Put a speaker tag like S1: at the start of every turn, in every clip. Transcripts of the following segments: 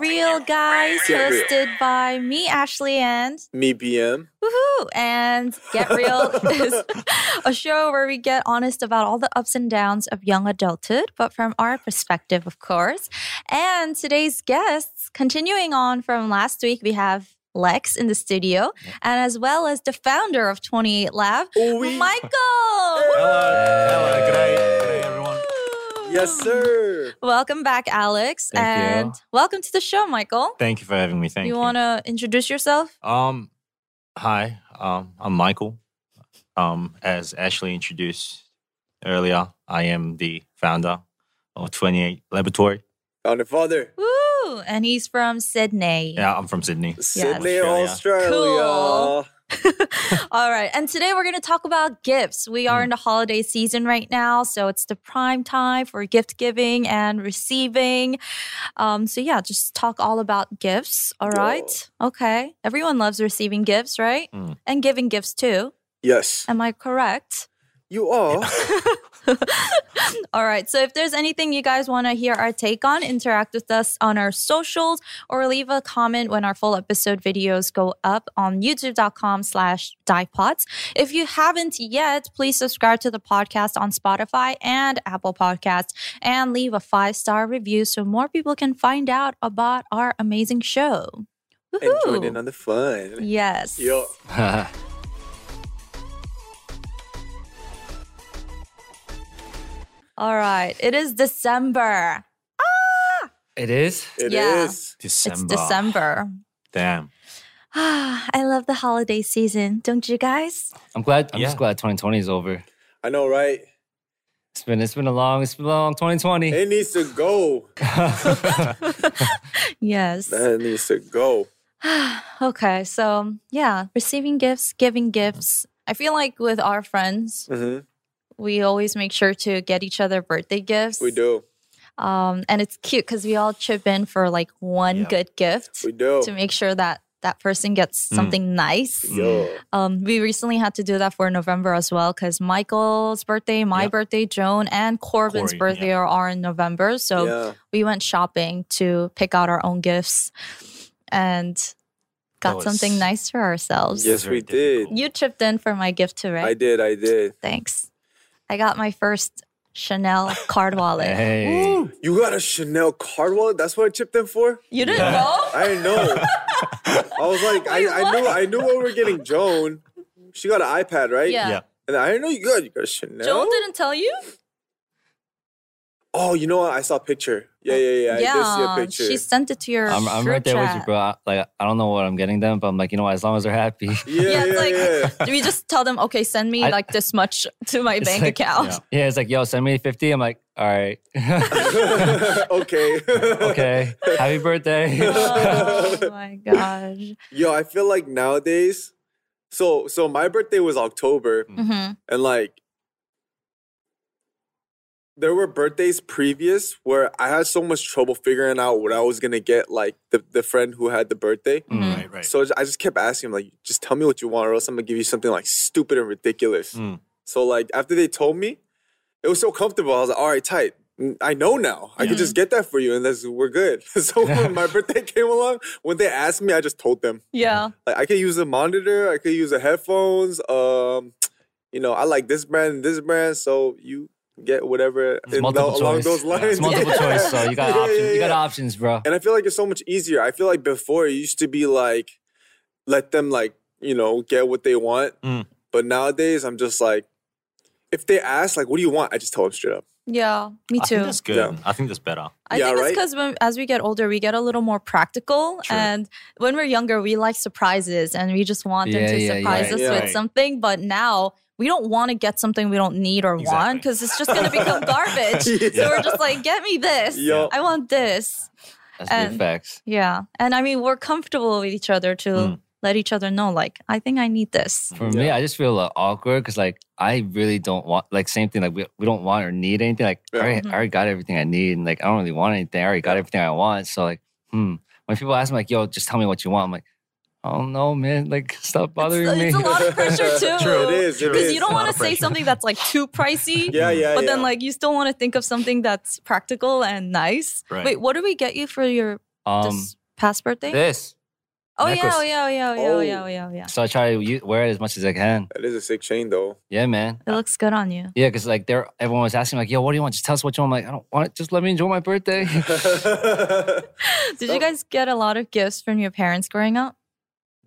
S1: Real Guys,
S2: Get Real.
S1: hosted by me, Ashley, and
S2: Me BM.
S1: woohoo! And Get Real is a show where we get honest about all the ups and downs of young adulthood, but from our perspective, of course. And today's guests, continuing on from last week, we have Lex in the studio, and as well as the founder of 28 Lab,
S2: Oui.
S1: Michael.
S3: Hello, good day, good day, everyone.
S1: Woo!
S2: Yes, sir.
S1: Welcome back, Alex,
S3: Thank you.
S1: and welcome to the show, Michael.
S3: Thank you for having me. Thank you.
S1: you want to introduce yourself?
S3: um, hi. Um, I'm Michael. Um, as Ashley introduced earlier, I am the founder of 28 Laboratory.
S2: Found a father.
S1: Woo! And he's from Sydney.
S3: Yeah, I'm from Sydney.
S2: Sydney,
S3: Australia.
S2: Australia.
S1: Cool. All right. And today we're going to talk about gifts. We
S3: Mm.
S1: are in the holiday season right now, so it's the prime time for gift giving and receiving. Um, so yeah, just talk all about gifts. All
S2: Yeah.
S1: right. Okay. Everyone loves receiving gifts, right?
S3: Mm.
S1: And giving gifts too.
S2: Yes.
S1: Am I correct?
S2: You are.
S1: All right. So if there's anything you guys want to hear our take on, interact with us on our socials or leave a comment when our full episode videos go up on youtube.com slash divepods. If you haven't yet, please subscribe to the podcast on Spotify and Apple Podcasts and leave a five-star review so more people can find out about our amazing show.
S2: And
S1: Woohoo!
S2: join in on the fun.
S1: Yes.
S2: Yo.
S1: All right. It is December.
S4: It is.
S2: It is.
S1: Yeah.
S3: December.
S1: It's December.
S3: Damn.
S1: Ah, I love the holiday season, don't you guys?
S4: I'm glad. I'm just
S3: Yeah.
S4: glad 2020 is over.
S2: I know, right?
S4: It's been. It's been a long. It's been a long 2020.
S2: It needs to go.
S1: Yes.
S2: That needs to go.
S1: okay, so yeah, receiving gifts, giving gifts. I feel like with our friends,
S2: hmm
S1: we always make sure to get each other birthday gifts.
S2: We do.
S1: Um, and it's cute because we all chip in for like one
S3: Yeah.
S1: good gift
S2: We do.
S1: to make sure that that person gets
S3: Mm.
S1: something nice.
S2: Yo.
S1: Um, we recently had to do that for November as well because Michael's birthday, my
S3: Yeah.
S1: birthday, Joan, and Corbin's
S3: Corey,
S1: birthday are all in November. So
S2: yeah.
S1: we went shopping to pick out our own gifts and got
S3: was-
S1: something nice for ourselves.
S2: Yes,
S3: Very
S2: we did.
S3: difficult.
S1: You chipped in for my gift too, right?
S2: I did. I did.
S1: Thanks. I got my first Chanel card wallet.
S4: Hey.
S2: You got a Chanel card wallet? That's what I chipped in for?
S1: You didn't know?
S2: I didn't know. I was like,
S1: Wait,
S2: I, I knew
S1: what?
S2: I knew what we were getting Joan. She got an iPad, right?
S1: Yeah.
S3: Yeah.
S2: And I didn't know you got you got a Chanel.
S1: Joan didn't tell you?
S2: Oh, you know what? I saw a picture. Yeah, yeah, yeah. I did see a picture.
S1: she sent it to your
S4: I'm, I'm
S1: group
S4: right there with you,
S1: chat.
S4: bro. I, like I don't know what I'm getting them, but I'm like, you know, what, as long as they're happy.
S1: Yeah,
S2: Yeah, yeah,
S1: it's
S2: yeah.
S1: like- Do we just tell them, okay, send me
S4: I-
S1: like this much to my
S4: It's
S1: bank
S4: like-
S1: account?
S3: yeah.
S4: Yeah, it's like, yo, send me 50. I'm like, all right,
S2: okay.
S4: okay, happy birthday.
S1: Oh my gosh.
S2: Yo, I feel like nowadays. So, so my birthday was October,
S1: hmm
S4: Mm.
S2: and like, there were birthdays previous where I had so much trouble figuring out what I was gonna get. Like the the friend who had the birthday.
S1: Mhm.
S3: Right, right.
S2: So I just kept asking him, like, just tell me what you want, or else I'm gonna give you something like stupid and ridiculous.
S4: Hmm.
S3: Mm.
S2: So like after they told me, it was so comfortable. I was like, all right, tight. Mm, I know now. I can
S1: Yeah.
S2: just get that for you, and that's we're good. so when my birthday came along, when they asked me, I just told them
S1: Yeah.
S2: like I could use a monitor, I could use the headphones. Um, you know, I like this brand and this brand, so you get whatever in
S4: It's
S2: tho-
S4: multiple
S2: along
S4: choice.
S2: those
S4: Yeah,
S2: lines.
S4: It's multiple
S2: Yeah.
S4: choice, so you got
S2: Yeah,
S4: options.
S2: yeah,
S4: You got
S2: yeah.
S4: options, bro.
S2: And I feel like it's so much easier. I feel like before it used to be like, let them like, you know, get what they want.
S3: Mm.
S2: But nowadays I'm just like, if they ask, like, what do you want? I just tell them straight up.
S1: Yeah. Me
S3: I
S1: too.
S3: think that's good.
S2: Yeah.
S3: I think that's better.
S1: I
S2: Yeah,
S1: think
S2: right?
S1: it's because as we get older, we get a little more practical.
S3: True.
S1: And when we're younger, we like surprises and we just want them
S4: Yeah,
S1: to
S4: yeah,
S1: surprise
S3: yeah.
S1: us
S2: Yeah.
S1: with
S3: Right.
S1: something. But now we don't want to get something we don't need or want 'cause want
S3: Exactly.
S1: because it's just going to become garbage. So
S2: Yeah.
S1: we're just like, get me this.
S2: Yup.
S1: I want this.
S4: That's big
S2: Um,
S1: And-
S4: facts.
S1: Yeah. And I mean, we're comfortable with each other to
S2: Hmm.
S3: Mm.
S1: let each other know, like, I think I need this.
S4: For me, I just feel uh, awkward because like I really don't want like same thing like we, we don't want or need anything like
S2: Yeah.
S4: I, already,
S1: Mm-hmm.
S4: I already got everything I need and like I don't really want anything I already got everything I want so like hmm when people ask me like yo just tell me what you want I'm like I don't know man like stop bothering
S1: it's,
S4: me
S1: it's a lot of pressure, too.
S2: True, it is. It
S1: Because
S2: is.
S1: you don't
S3: A lot
S1: want to
S3: of
S1: say
S3: pressure.
S1: something that's like too pricey.
S2: Yeah, yeah.
S1: but
S2: yeah.
S1: then like you still want to think of something that's practical and nice.
S3: Right.
S1: Wait, what do we get you for your
S4: Um,
S1: this past birthday?
S4: this.
S1: oh, yeah,
S4: necklace.
S1: oh yeah, oh yeah, oh yeah, oh yeah,
S2: Oh.
S1: oh yeah, oh yeah.
S4: So I try to u- wear it as much as I can.
S2: That is a sick chain though.
S4: Yeah, man.
S1: It looks good on you.
S4: Yeah, because like there, everyone was asking like, "Yo, what do you want? Just tell us what you want." I'm like, I don't want it. Just let me enjoy my birthday.
S1: Did
S2: So-
S1: you guys get a lot of gifts from your parents growing up?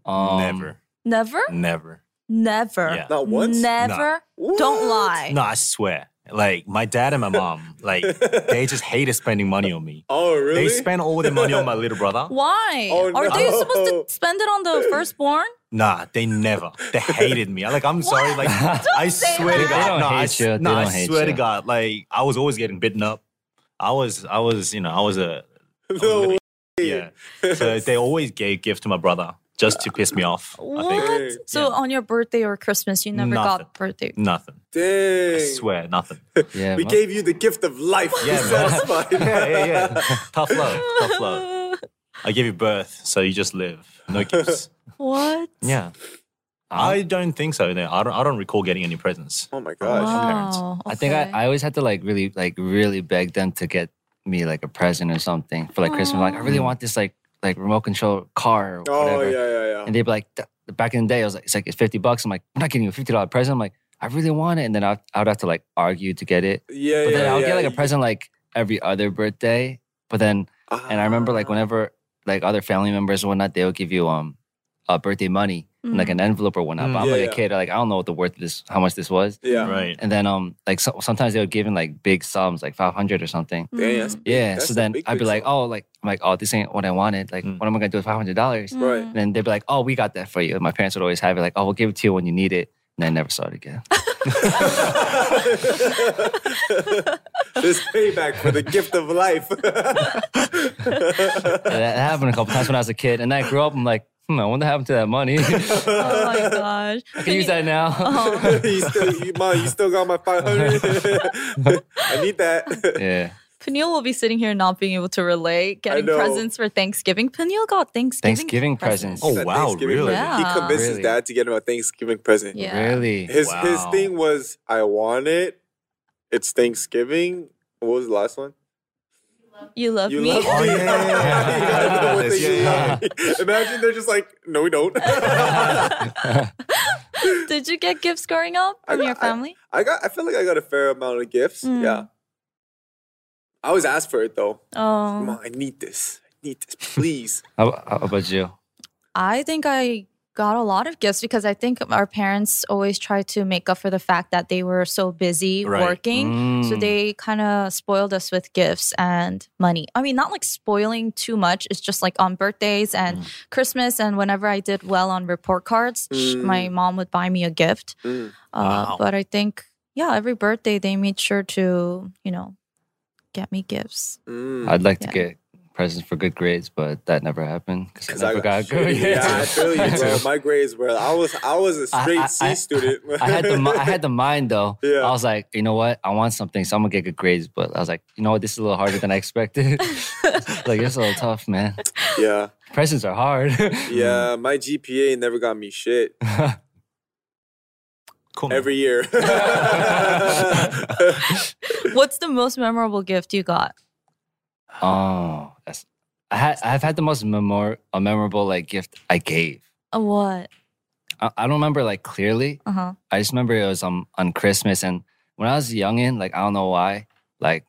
S4: Um,
S3: never,
S1: Never?
S3: never.
S1: Never.
S3: Yeah.
S2: Not once.
S1: Never.
S2: What?
S1: Don't lie.
S3: No, I swear. Like my dad and my mom, like they just hated spending money on me.
S2: oh really?
S3: They spent all their money on my little brother.
S1: Why?
S2: Oh,
S1: Are they
S2: no.
S1: supposed to spend it on the firstborn?
S3: Nah, they never. They hated me. I- Like I'm sorry. Like
S4: Don't
S3: I
S1: say
S3: swear to
S1: that.
S3: God.
S4: They don't
S3: no, I,
S4: hate
S3: s-
S4: you. They
S3: no, I
S4: don't hate
S3: swear to
S4: you.
S3: God. Like I was always getting bitten up. I was, I was, you know, I was a
S2: no way.
S3: yeah. So they always gave gift to my brother just to piss me off. I think
S1: What? So
S3: Yeah.
S1: on your birthday or Christmas, you never
S3: Nothing.
S1: got birthday.
S3: nothing.
S2: Dang.
S3: I swear, nothing.
S4: Yeah,
S2: We
S4: mo-
S2: gave you the gift of life.
S3: Yeah,
S2: Be
S3: man.
S2: satisfied.
S3: yeah, yeah, yeah. Tough love, tough love. I gave you birth, so you just live. No gifts.
S1: what?
S3: Yeah, I
S4: I,
S3: don't think so. no. I don't. I don't recall getting any presents.
S2: Oh my
S3: Wow.
S2: gosh.
S3: parents.
S1: Wow,
S4: I think I,
S1: okay.
S4: I always had to like really like really beg them to get me like a present or something for like Christmas. Like I really
S3: Aw.
S4: want this like like remote control car or
S2: Oh
S4: whatever.
S2: yeah, yeah, yeah.
S4: And they'd be like, "Th- back in the day, I was like, it's like it's fifty bucks. I'm like, I'm not getting you a fifty dollar present. I'm like, I really want it, and then I I would have to like argue to get it.
S2: yeah,
S4: But
S2: yeah,
S4: then I would
S2: yeah.
S4: get like a
S2: You-
S4: present like every other birthday. But then And I remember like
S2: Ah.
S4: whenever like other family members and whatnot, they would give you um uh, birthday money in like an envelope or whatnot.
S3: Mm.
S4: But I'm
S2: Yeah,
S4: like
S2: yeah.
S4: a kid, like I don't know what the worth of this, how much this was.
S2: Yeah.
S3: Right.
S4: And then um like so, sometimes they would give in like big sums, like five hundred or something.
S1: Mm.
S2: Dang, that's big-
S4: Yeah.
S2: that's
S4: so
S2: a
S4: then
S2: big,
S4: I'd be
S2: big
S4: like,
S2: sum.
S4: oh, like I'm like, oh, this ain't what I wanted. Like,
S3: Mm.
S4: what am I gonna do with five hundred dollars?
S1: Mm.
S2: Right.
S4: And then they'd be like, oh, we got that for you. And my parents would always have it, like, oh, we'll give it to you when you need it. And I never saw it again.
S2: this payback for the gift of life.
S4: And that happened a couple times when I was a kid. And I grew up, I'm like, hmm, I wonder what happened to that money. I
S1: Oh my gosh.
S4: can use that now.
S1: Oh.
S2: you still, you, Ma, you still got my 500? I need that.
S4: yeah.
S1: Peniel will be sitting here not being able to relate, getting
S2: know.
S1: presents for Thanksgiving. Peniel got Thanksgiving.
S4: Thanksgiving presents.
S3: Oh,
S2: That
S3: wow,
S2: Thanksgiving
S3: really?
S2: present.
S1: Yeah.
S2: He convinced his
S4: Really?
S2: dad to get him a Thanksgiving present.
S1: Yeah.
S4: Really?
S2: His his
S3: Wow.
S2: thing was I want it. It's Thanksgiving. What was the last one?
S1: You love
S2: You
S1: me.
S2: love
S3: Oh,
S2: me.
S3: yeah, yeah, yeah.
S2: You guys know what they
S3: Yeah.
S2: love. Imagine they're just like, no, we don't.
S1: Did you get gifts growing up
S2: I
S1: from
S2: got-
S1: your family?
S2: I got. I feel like I got a fair amount of gifts.
S1: Mm.
S2: Yeah. I always ask for it though. Mom,
S1: oh,
S2: I need this. I need this, please.
S4: How, how about you?
S1: I think I got a lot of gifts because I think our parents always tried to make up for the fact that they were so busy
S3: Right.
S1: working. So
S2: Hmm.
S4: Mm.
S1: they kind of spoiled us with gifts and money. I mean, not like spoiling too much. It's just like on birthdays and
S2: Hmm.
S1: Christmas and whenever I did well on report cards, sh my
S2: Mm.
S1: mom would buy me a gift.
S2: Mm.
S1: Uh,
S3: Wow.
S1: But I think, yeah, every birthday they made sure to, you know, get me gifts.
S2: Mm.
S4: I'd like
S1: Yeah.
S4: to get presents for good grades, but that never happened because I
S2: 'Cause
S4: never got, good.
S2: shitty- Yeah, I feel you,
S4: Me
S2: bro.
S4: too.
S2: My grades were. I was. I was a
S4: I-
S2: straight
S4: I-
S2: C
S4: I-
S2: student.
S4: I had the mi- I had the mind though.
S2: Yeah.
S4: I was like, you know what? I want something, so I'm gonna get good grades. But I was like, you know what? This is a little harder than I expected. like it's a little tough, man.
S2: yeah.
S4: Presents are hard.
S2: Yeah,
S4: Hmm.
S2: my GPA never got me shit
S4: Hmm.
S3: Cool. man.
S2: every year.
S1: What's the most memorable gift you got?
S4: oh, that's. I had I've had the most memor- a memorable like gift I gave.
S1: A what?
S4: I, I don't remember like clearly,
S1: Uh huh.
S4: I just remember it was um, on Christmas, and when I was youngin, like I don't know why, like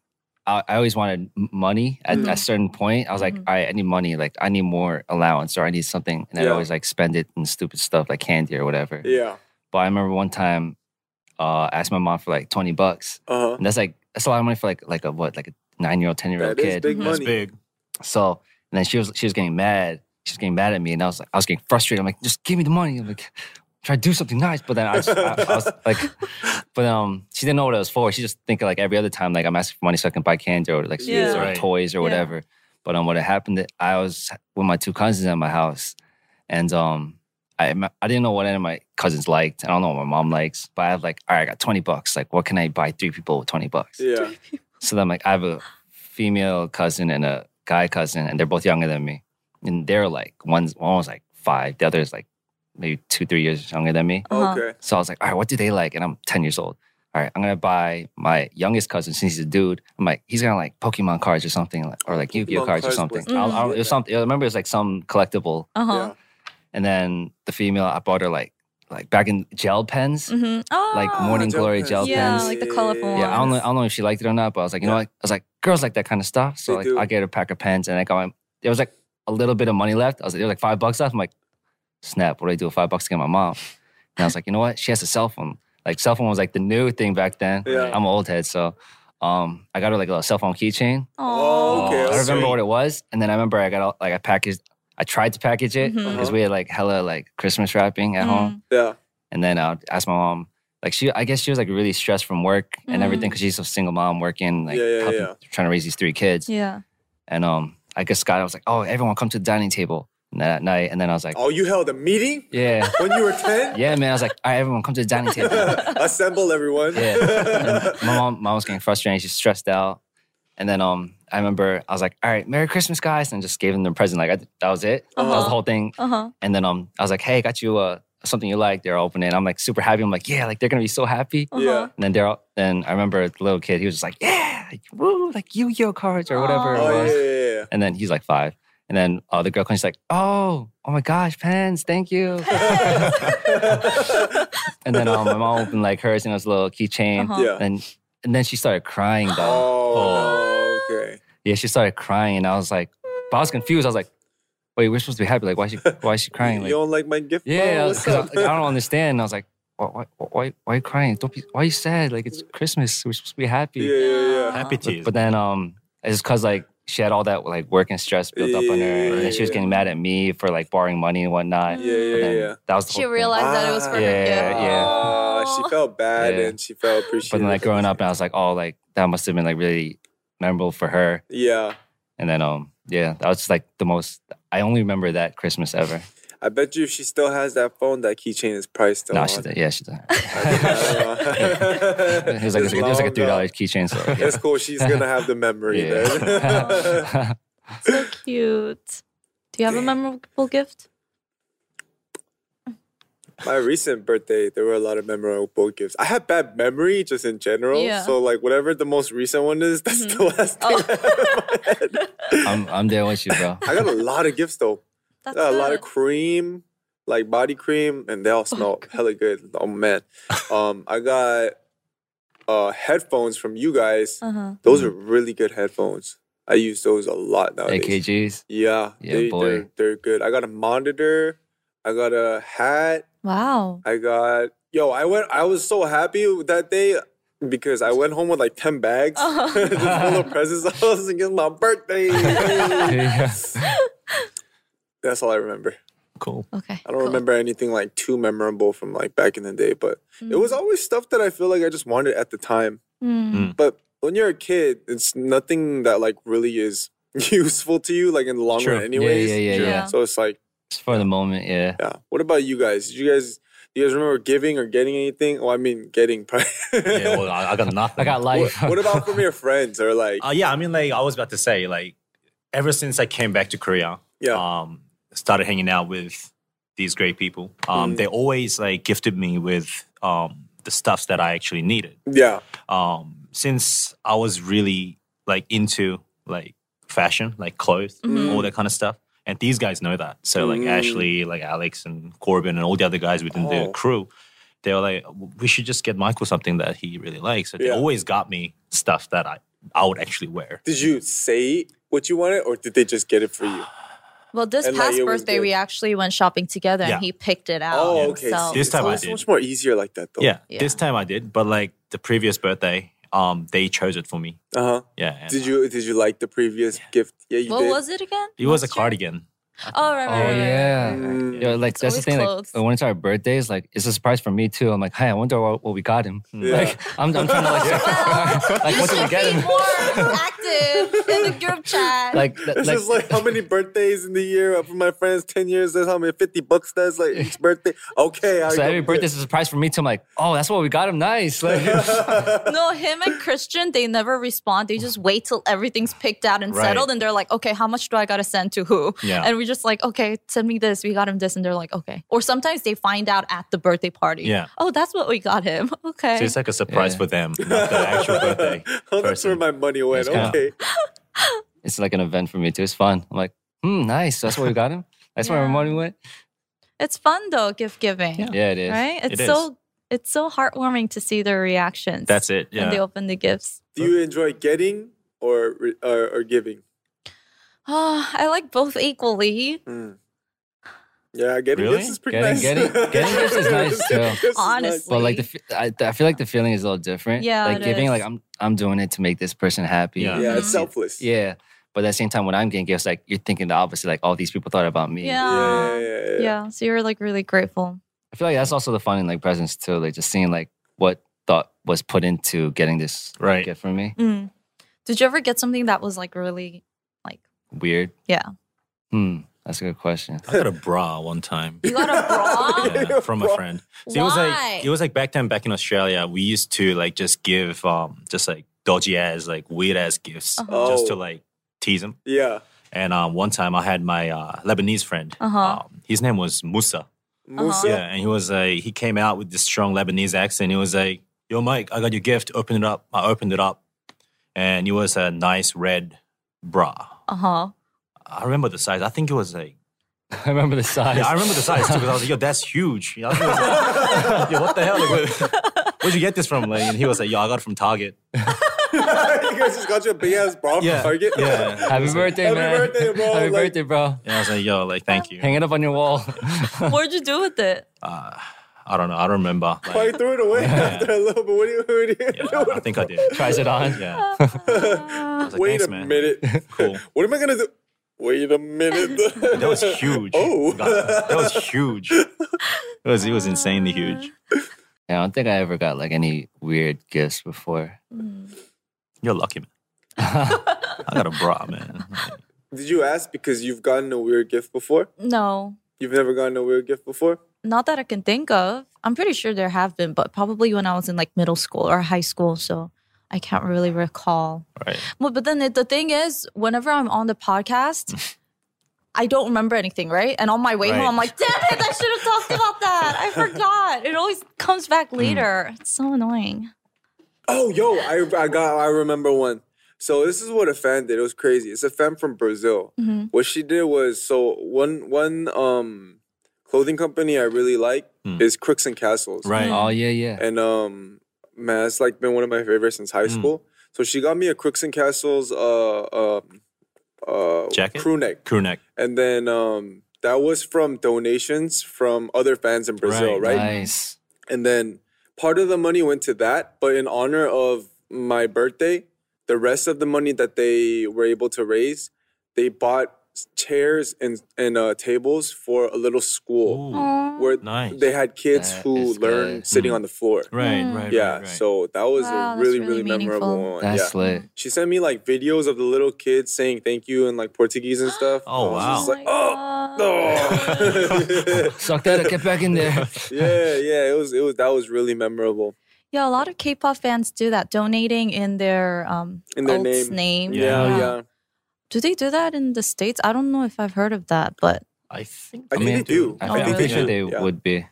S4: I, I always wanted m- money. At
S2: Mhm.
S4: a certain point, I was like,
S1: Mhm.
S4: "All right, I need money. Like I need more allowance, or I need something." And I
S2: Yeah.
S4: would always like spend it in stupid stuff like candy or whatever.
S2: yeah.
S4: But I remember one time, uh, I asked my mom for like twenty bucks,
S2: Uh huh.
S4: and that's like that's a lot of money for like like a what like a nine year old, ten year old
S2: That is
S4: kid.
S2: big
S3: That's
S2: money.
S3: big.
S4: So and then she was she was getting mad. She was getting mad at me, and I was like, I was getting frustrated. I'm like, just give me the money. I'm like, try to do something nice. But then I, just, I, I was like, but um, she didn't know what it was for. She just thinking like every other time, like I'm asking for money so I can buy candy or like sweets
S1: Yeah.
S4: or
S3: Right.
S4: toys or
S1: Yeah.
S4: whatever. But um, what had happened, that I was with my two cousins at my house, and um, I I didn't know what any of my cousins liked. I don't know what my mom likes, but I have like, all right, I got twenty bucks. Like, what can I buy three people with twenty bucks?
S2: Yeah.
S4: So then, like, I have a female cousin and a guy cousin, and they're both younger than me. And they're like, one's one was like five, the other is like maybe two, three years younger than me.
S1: Uh-huh.
S2: Okay.
S4: So I was like, all right, what do they like? And I'm 10 years old. all right, I'm gonna buy my youngest cousin since he's a dude. I'm like, he's gonna like Pokemon cards or something, like, or like Yu-Gi-Oh
S2: Pokemon
S4: cards or
S2: cards
S4: something.
S2: was-
S4: I don't- I don't- it
S2: Yeah.
S4: was something. I remember it was like some collectible.
S1: Uh huh.
S2: Yeah.
S4: And then the female, I bought her like like back in gel pens.
S1: Mm-hmm. Oh,
S4: Like morning
S2: gel
S4: glory
S2: pens.
S4: gel
S1: Yeah,
S4: pens.
S1: like the colorful
S4: Yeah, I don't, know, I
S1: ones.
S4: don't know if she liked it or not, but I was like, you know
S2: Yeah.
S4: what? I was like, girls like that kind of stuff. So
S2: They
S4: like,
S2: do.
S4: I get her a pack of pens, and I got my. There was like a little bit of money left. I was like, there was like five bucks left. I'm like, snap! What do I do with five bucks to get my mom? And I was like, you know what? She has a cell phone. Like cell phone was like the new thing back then.
S2: Yeah.
S4: I'm an old head, so um, I got her like a little cell phone keychain.
S2: Oh, okay,
S4: I
S2: that's
S4: remember
S2: sweet.
S4: what it was, and then I remember I got all, like I packaged. I tried to package it
S1: Mhm.
S4: because
S2: Uh-huh.
S4: we had like hella like Christmas wrapping
S2: Mm-hmm.
S4: at home.
S2: Yeah.
S4: And then I would ask my mom, like she, I guess she was like really stressed from work and
S1: Mm.
S4: everything because she's a single mom working, like
S2: Yeah, yeah,
S4: helping,
S2: yeah.
S4: trying to raise these three kids.
S1: Yeah.
S4: And um, I guess Scott, I was like, oh, everyone come to the dining table and that night. And then I was like,
S2: Oh, you held a meeting
S4: yeah,
S2: when you were ten.
S4: yeah, man. I was like, all right, everyone come to the dining table. And
S2: Assemble everyone.
S4: my
S1: Uh-huh.
S4: mom, mom was getting frustrated. She's stressed out. And then um, I remember I was like, all right, Merry Christmas, guys, and just gave them the present. Like I, that was it. That was
S1: Uh-huh.
S4: the whole thing.
S1: Uh huh.
S4: And then um, I was like, hey, got you uh, something you like. They're opening. I'm like super happy. I'm like, yeah, like they're gonna be so happy.
S1: uh-huh.
S2: yeah.
S4: And then Daryl, then I remember the little kid, he was just like, yeah, like, woo, like Yu Gi Oh cards or whatever
S1: Aw.
S4: it
S2: Oh
S4: was.
S2: yeah, yeah, yeah.
S4: And then he's like five. And then uh, the girl comes, she's like, oh, oh my gosh, pens, thank you. and then um, my mom opened like hers and it was a little keychain.
S1: Uh-huh.
S2: yeah.
S4: And, and then she started crying though.
S2: Oh, okay.
S4: Yeah, she started crying. And I was like, but I was confused. I was like, wait, we're supposed to be happy. Like, why is she, why is she crying?
S2: You
S4: Like,
S2: don't like my gift?
S4: yeah,
S2: Oh,
S4: I, was-
S2: what's
S4: 'cause I-
S2: up?
S4: like, I don't understand. And I was like, why, why, why, why are you crying? Don't be, why are you sad? Like, it's Christmas. We're supposed to be happy.
S2: yeah, yeah,
S3: Happy tears.
S4: But, but then um, it's because like she had all that like work and stress built up on her, and then she was
S2: Yeah.
S4: getting mad at me for like borrowing money and
S2: yeah,
S4: whatnot.
S2: yeah,
S4: But
S2: yeah.
S4: then
S2: yeah.
S4: That was the
S1: She
S4: whole thing.
S1: realized that it was for her
S4: Yeah,
S1: gift.
S4: yeah.
S2: Ah, she felt bad
S4: Yeah.
S2: and she felt appreciated.
S4: But then like growing up, and I was like, oh, like that must have been like really memorable for her.
S2: Yeah,
S4: And then um, yeah, that was just, like the most. I only remember that Christmas ever.
S2: I bet you if she still has that phone, that keychain is priced still
S4: no,
S2: on.
S4: she did. Yeah, she did.
S2: it
S4: It was like, it was like, it was like a three dollar keychain. So
S2: It's cool. She's gonna have the memory
S4: Yeah.
S2: then.
S4: yeah.
S1: So cute. Do you have a memorable gift?
S2: My recent birthday, there were a lot of memorable gifts. I have bad memory just in general.
S1: Yeah.
S2: So like whatever the most recent one is, that's the last thing.
S1: Oh.
S2: I have in my head.
S4: I'm I'm there with you, bro.
S2: I got a lot of gifts though.
S1: That's
S2: a lot
S1: good. Oh,
S2: of cream, like body cream, and they all smell hella good. Oh man, um, I got uh headphones from you guys.
S1: Uh-huh.
S2: Those are
S4: Mm.
S2: really good headphones. I use those a lot nowadays.
S4: AKGs.
S2: Yeah,
S4: Yeah,
S2: they,
S4: boy.
S2: They're, they're good. I got a monitor. I got a hat.
S1: Wow.
S2: I got yo. I went. I was so happy that day because I went home with like ten bags,
S1: Oh.
S2: just full of presents. I was thinking my birthday.
S4: Yeah.
S2: That's all I remember.
S3: cool.
S1: Okay.
S2: I don't
S1: cool.
S2: remember anything like too memorable from like back in the day, but it was always stuff that I feel like I just wanted at the time.
S1: Mm.
S2: But when you're a kid, it's nothing that like really is useful to you, like in the long
S3: True.
S2: run,
S3: Yeah,
S4: yeah,
S2: anyways.
S4: yeah, yeah,
S1: Sure.
S4: yeah.
S2: So it's like,
S4: Just for the moment, yeah.
S2: yeah. What about you guys? Did you guys, do you guys remember giving or getting anything? Oh, I mean, getting. probably.
S3: Yeah, well, I, I got nothing.
S4: I got
S2: what,
S4: life.
S2: what about from your friends or like,
S3: Uh, yeah, I mean, like I was about to say, like ever since I came back to Korea,
S2: yeah,
S3: um, started hanging out with these great people. Um,
S2: Mm.
S3: They always like gifted me with um, the stuffs that I actually needed.
S2: yeah,
S3: Um, since I was really like into like fashion, like clothes,
S2: Mm-hmm.
S1: Mhm.
S3: all that kind of stuff. And these guys know that. So like
S2: Mm.
S3: Ashley, like Alex and Corbin and all the other guys within the
S2: Oh.
S3: crew, they were like, we should just get Michael something that he really likes. So they
S2: Yeah.
S3: always got me stuff that I, I would actually wear.
S2: Did you say what you wanted or did they just get it for you?
S1: Well, this
S2: And, like,
S1: past
S2: it was
S1: birthday, we
S2: good.
S1: actually went shopping together
S3: Yeah.
S1: and he picked it out.
S2: Oh, okay.
S1: So,
S2: See,
S3: This
S2: it's
S3: time I
S2: always so
S3: did.
S2: much more easier like that though.
S3: Yeah,
S1: Yeah.
S3: this time I did, but like the previous birthday, um, they chose it for me.
S2: Uh huh.
S3: Yeah, and
S2: Did you did you like the previous gift? Yeah, you
S1: what
S2: did.
S1: was it again?
S3: It was a
S1: Last year?
S3: cardigan.
S1: Oh, right, right,
S4: Oh
S1: right, right.
S4: yeah.
S2: Mm.
S4: Yeah, like that's the
S1: always
S4: thing.
S1: clothes.
S4: Like when it's our birthdays, like it's a surprise for me too. I'm like, hey, I wonder what, what we got him.
S2: Yeah.
S4: Like I'm, I'm trying to like, like what did we get
S1: Be
S4: him?
S1: more active in the group chat.
S4: Like, th-
S2: This
S4: like,
S2: is like how many birthdays in the year uh, for my friends? Ten years. That's how many fifty bucks. That's like each birthday. Okay. I
S4: so every
S2: go-
S4: birthday's a surprise for me too. I'm like, oh, that's what we got him. Nice. Like,
S1: no, him and Christian, they never respond. They just wait till everything's picked out and
S3: Right.
S1: settled, and they're like, "Okay, how much do I gotta send to who?"
S3: Yeah.
S1: and we just like, okay, send me this. We got him this. And they're like, okay. Or sometimes they find out at the birthday party.
S3: Yeah.
S1: Oh, that's what we got him. Okay.
S3: So it's like a surprise
S4: Yeah.
S3: for them, not the actual birthday.
S2: oh, that's where
S3: person.
S2: my money went.
S4: It's kinda-
S2: Okay.
S4: It's like an event for me too. It's fun. I'm like, hmm, nice. That's where we got him. That's where
S1: Yeah.
S4: our money went.
S1: it's fun though, gift giving.
S3: Yeah.
S4: Yeah, it is.
S1: Right? It's
S3: It is.
S1: so it's so heartwarming to see their reactions.
S3: That's it.
S1: When they
S3: Yeah.
S1: open the gifts.
S2: Do you enjoy getting or re- or, or giving?
S1: Oh, I like both equally.
S2: Mm. Yeah, getting
S3: Really?
S2: gifts is pretty
S4: Getting-
S2: nice.
S4: getting- getting gifts is nice, too.
S2: Gifts is nice.
S1: Honestly.
S4: But like the, fe- I, I feel like the feeling is a little different.
S1: Yeah,
S4: like
S1: it
S4: giving,
S1: is.
S4: like I'm, I'm doing it to make this person happy.
S3: Yeah.
S2: yeah,
S1: Mhm.
S2: it's selfless.
S4: Yeah. But at the same time, when I'm getting gifts, like you're thinking the opposite, like all these people thought about me.
S1: Yeah.
S2: Yeah, yeah, yeah, yeah.
S1: Yeah. So you're like really grateful.
S4: I feel like that's also the fun in like presents too, like just seeing like what thought was put into getting this
S3: Right.
S4: gift for me.
S1: Mm. Did you ever get something that was like really
S4: Weird.
S1: Yeah.
S4: Hmm. That's a good question.
S3: I got a bra one time.
S1: you got a bra?
S3: Yeah, from a
S2: Bra.
S3: friend. So
S1: Why?
S3: it was like it was like back then back in Australia, we used to like just give um just like dodgy ass, like weird ass gifts
S1: Uh-huh.
S3: just to
S2: Oh.
S3: like tease them.
S2: Yeah.
S3: And um, one time I had my uh, Lebanese friend.
S1: Uh-huh.
S3: Um, his name was Musa.
S2: Musa.
S3: Yeah, and he was like he came out with this strong Lebanese accent. He was like, "Yo, Mike, I got your gift. Open it up." I opened it up, and it was a nice red bra.
S1: uh-huh.
S3: I remember the size. I think it was like
S4: I remember the size.
S3: yeah, I remember the size too because I was like, "Yo, that's huge." You know, I think it was like, Yo, what the hell? Like, where, would you get this from? Like, and he was like, "Yo, I got it from Target."
S2: you guys just got your big ass bra from
S3: Yeah,
S2: Target.
S3: yeah.
S4: Happy birthday,
S2: Happy
S4: man.
S2: birthday, bro.
S4: Happy
S2: Like-
S4: birthday, bro.
S3: And I was like, "Yo, like, thank you."
S4: Hang it up on your wall.
S1: What'd you do with it?
S3: Uh, I don't know. I don't remember. Like,
S2: Probably threw it away after a little bit. What do you, what do you
S3: yeah,
S2: do?
S3: I, I think I did.
S4: Tries it on.
S3: Yeah. I was like,
S2: Wait
S3: "Thanks,
S2: a
S3: man."
S2: minute.
S3: Cool.
S2: What am I gonna do? Wait a minute.
S3: That was huge.
S2: Oh.
S3: God, that was huge. It was it was insanely huge.
S4: Yeah, I don't think I ever got like any weird gifts before.
S1: Mm.
S3: You're lucky, man. I got a bra, man.
S2: Did you ask because you've gotten a weird gift before?
S1: No.
S2: You've never gotten a weird gift before?
S1: Not that I can think of. I'm pretty sure there have been, but probably when I was in like middle school or high school, so I can't really recall.
S3: Right.
S1: Well, but then it, the thing is, whenever I'm on the podcast, I don't remember anything, right? And on my way home,
S3: Right.
S1: I'm like, damn it, I should have talked about that. I forgot. It always comes
S3: Hmm.
S1: back later. It's so annoying.
S2: Oh, yo, I, I got, I remember one. So this is what a fan did. It was crazy. It's a fan from Brazil.
S1: hmm
S2: What she did was so one one um clothing company I really like
S3: Hmm.
S2: is Crooks and Castles.
S1: Mm.
S3: Right.
S4: Oh yeah, yeah.
S2: And um man, it's like been one of my favorites since high
S3: Mm.
S2: school. So she got me a Crooks and Castles uh um uh
S3: Jacket?
S2: crew neck.
S3: Crew neck.
S2: And then um that was from donations from other fans in Brazil,
S3: Right.
S2: right?
S4: Nice.
S2: And then part of the money went to that, but in honor of my birthday, the rest of the money that they were able to raise, they bought s- chairs and and uh, tables for a little school
S3: Ooh,
S2: where
S3: nice.
S2: they had kids
S4: That
S2: who
S4: is
S2: learn
S4: good.
S2: sitting
S3: Mm.
S2: on the floor.
S3: Right,
S1: Mm.
S3: right, right.
S2: Yeah,
S3: right.
S2: so that was
S1: Wow,
S2: a
S1: that's
S2: really
S1: really
S2: really, memorable
S1: meaningful.
S2: one.
S4: That's
S2: yeah.
S4: lit.
S2: She sent me like videos of the little kids saying thank you in like Portuguese and stuff.
S3: Oh,
S2: I was
S3: wow.
S2: just like, oh,
S1: my
S2: no.
S4: Suck that up. Get back in there.
S2: yeah, yeah, it was it was that was really memorable.
S1: Yeah, a lot of K-pop fans do that, donating in their um
S2: In their
S1: alt's
S2: Yeah,
S1: name.
S2: yeah.
S3: Yeah.
S1: Do they do that in the states? I don't know if I've heard of that, but
S3: I think
S2: I
S4: I
S2: think
S4: mean,
S2: they do.
S4: I
S1: Oh,
S4: think, I'm
S1: really?
S4: pretty sure they
S2: Yeah.
S4: would be.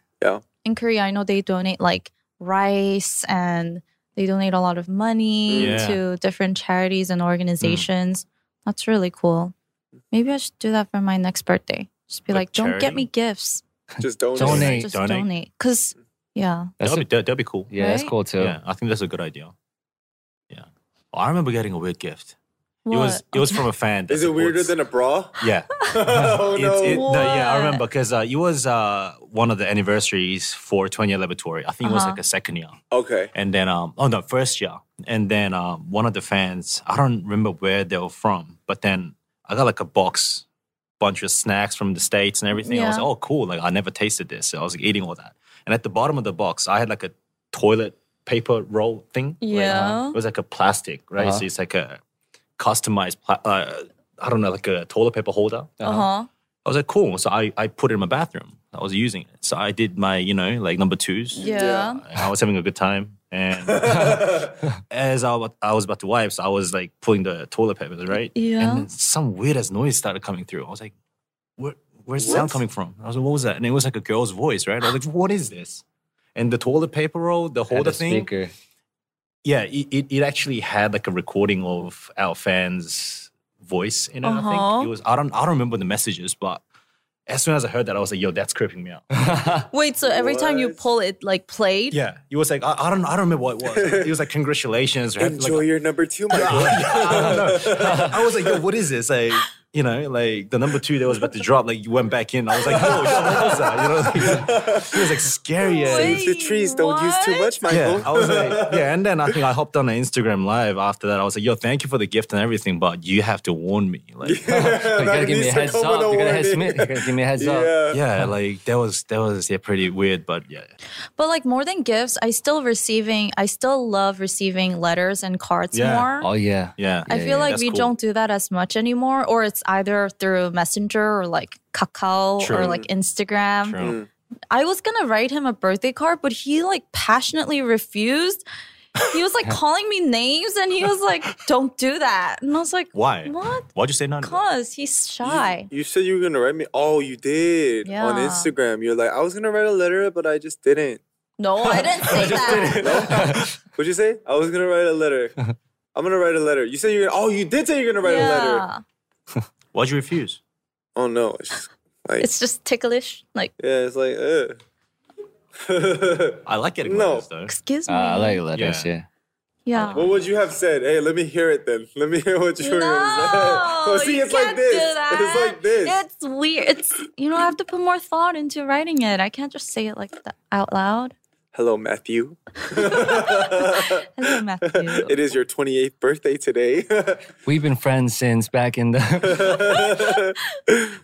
S1: in Korea, I know they donate like rice and they donate a lot of money
S3: Mm. Yeah. Mm.
S1: to different charities and organizations. That's really cool. Maybe I should do that for my next birthday. Just be like,
S3: Like
S1: don't get
S3: charity?
S1: me gifts.
S2: Just donate.
S4: Donate.
S1: Just
S3: donate.
S1: donate. Because, yeah.
S4: That's
S3: that'd,
S4: a-
S3: be, that'd, that'd be cool.
S4: yeah, that's
S1: right?
S4: cool too.
S3: Yeah, I think that's a good idea. Yeah. Oh, I remember getting a weird gift.
S1: What?
S3: It was it was from a fan. that
S2: Is it weirder
S3: supports-
S2: than a bra?
S3: Yeah.
S2: oh
S3: It's-
S2: no.
S3: it- yeah, I
S1: What?
S3: remember because uh, it was uh, one of the anniversaries for 20 year laboratory. I think it was
S1: Uh-huh.
S3: like a second year.
S2: okay.
S3: And then, um, oh no, first year. And then um, one of the fans, I don't remember where they were from, but then I got like a box, bunch of snacks from the States and everything. I was
S1: Yeah.
S3: like, oh, cool. Like I never tasted this. So I was like eating all that. And at the bottom of the box, I had like a toilet paper roll thing. like,
S1: Yeah.
S3: it was like a plastic, right?
S4: Uh-huh.
S3: So it's like a customized, pla- uh, I don't know, like a toilet paper holder.
S1: Uh huh.
S3: I was like, cool. So I, I put it in my bathroom. I was using it. So I did my, you know, like number twos.
S1: Yeah.
S3: And I was having a good time. And as I, wa- I was about to wipe, so I was like pulling the toilet papers, right?
S1: Yeah.
S3: And then some weird ass noise started coming through. I was like, where, where's the
S2: What?
S3: sound coming from? I was like, what was that? And it was like a girl's voice, right? I was like, what is this? And the toilet paper roll, the whole
S4: At the
S3: thing,
S4: speaker.
S3: yeah, it, it, it actually had like a recording of our fans' voice in it. I
S1: Uh-huh.
S3: think it was. I don't. I don't remember the messages, but as soon as I heard that, I was like, "Yo, that's creeping me out."
S1: Wait, so every time you
S2: What?
S1: pull it, like played?
S3: yeah, it was like I, I don't. I don't remember what it was. It was like congratulations. Or
S2: Enjoy
S3: Like,
S2: your number two, my
S3: I,
S2: boy.
S3: don't know. I was like, "Yo, what is this?" Like. You know, like the number two that was about to drop, like you went back in. I was like, yo, yo what was that? You know, like, it was like scary. as-
S1: Wait.
S2: Use the trees. Don't use too
S1: What?
S2: much, Michael.
S3: Yeah, I was like, yeah, and then I think I hopped on an Instagram live after that. I was like, yo, thank you for the gift and everything, but you have to warn me. Like,
S4: "Oh, you gotta give me a heads up. You gotta, heads, you gotta give me a heads up.
S2: Yeah.
S3: yeah, like that was that was yeah pretty weird, but yeah,
S1: But like more than gifts, I still receiving I still love receiving letters and cards
S3: Yeah.
S1: more.
S4: Oh yeah.
S3: yeah.
S1: I
S4: yeah,
S1: feel like
S3: that's
S1: we
S3: cool.
S1: don't do that as much anymore, or it's either through Messenger or like Kakao or
S3: True.
S1: like Instagram.
S3: True.
S2: Mm.
S1: I was gonna write him a birthday card, but he like passionately refused. He was like calling me names and he was like, don't do that. And I was like,
S3: Why?
S1: What?
S3: Why'd you say none?
S1: Cause he's shy.
S2: You said you were gonna write me. Oh, you did on
S1: Yeah.
S2: Instagram. You're like, I was gonna write a letter, but I just didn't.
S1: No, I didn't say that.
S2: What'd you say? I was gonna write a letter. I'm gonna write a letter. You said you're. Oh, you did say you're gonna write a letter.
S1: Yeah.
S3: Why'd you refuse?
S2: Oh no, it's just like
S1: It's just ticklish. Like,
S2: yeah, it's like ugh.
S3: I like getting
S2: No.
S3: letters though.
S1: excuse me.
S4: Uh, I like letters.
S3: Yeah.
S4: Yeah.
S1: yeah.
S2: what would you have said? Hey, let me hear it then. Let me hear what you were
S1: No,
S2: gonna say. So see,
S1: you
S2: it's like
S1: can't
S2: this.
S1: do that.
S2: It's like this.
S1: It's weird. It's you know I have to put more thought into writing it. I can't just say it like that out loud.
S2: Hello, Matthew.
S1: Hello, Matthew.
S2: It is your 28th birthday today.
S4: We've been friends since back in the.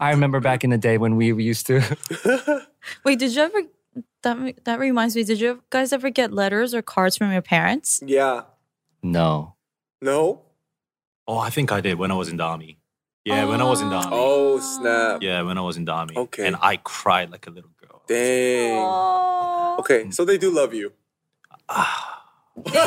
S4: I remember back in the day when we used to.
S1: Wait, did you ever? That re- that reminds me. Did you guys ever get letters or cards from your parents?
S2: yeah.
S4: No.
S2: No.
S3: Oh, I think I did when I was in the army. Yeah, when I was in the army.
S2: Oh snap.
S3: Yeah, when I was in the army.
S2: Okay.
S3: And I cried like a little girl.
S2: Dang.
S1: Oh.
S2: Okay, so they do love you.
S3: no,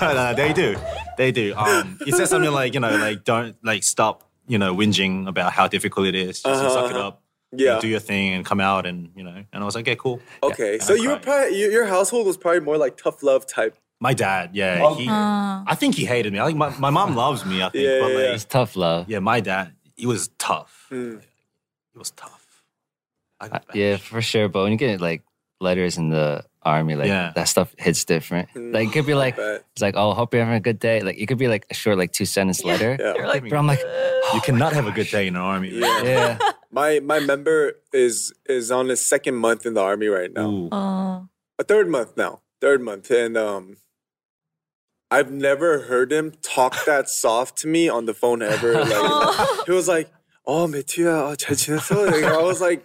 S3: no, they do. They do. Um, it says something like, you know, like don't like stop, you know, whinging about how difficult it is. Just
S2: Uh-huh,
S3: suck it
S2: uh-huh.
S3: up. you know,
S2: Yeah. Oh.
S3: do your thing and come out and you know. And I was like, okay, cool.
S2: Okay,
S3: And
S2: so
S3: I
S2: you were
S3: cried.
S2: probably your your household was probably more like tough love type.
S3: My dad, yeah,
S2: Oh.
S3: he,
S1: Ah.
S3: I think he hated me. I think my, my mom loves me. I think,
S2: Yeah,
S3: but
S2: yeah,
S3: like,
S2: yeah.
S4: It's tough love.
S3: yeah, my dad, he was tough.
S2: Mm.
S3: He was tough. I
S4: Uh,
S3: got back.
S4: Yeah, for sure. But when you get like letters in the army, like
S3: Yeah.
S4: that stuff hits different.
S2: Mm,
S4: Like it could be like
S2: bet.
S4: it's like, oh, hope you're having a good day. Like it could be like a short, like two sentence letter.
S2: Yeah.
S1: You're like,
S4: But I'm like,
S3: you cannot have a good day in the army.
S2: Yeah.
S4: yeah,
S2: My my member is is on his second month in the army right now.
S3: Ooh.
S1: oh.
S2: A third month now. Third month. And um I've never heard him talk that soft to me on the phone ever. Like he was like, Oh Metia, oh, 잘 지냈어?" Like, I was like,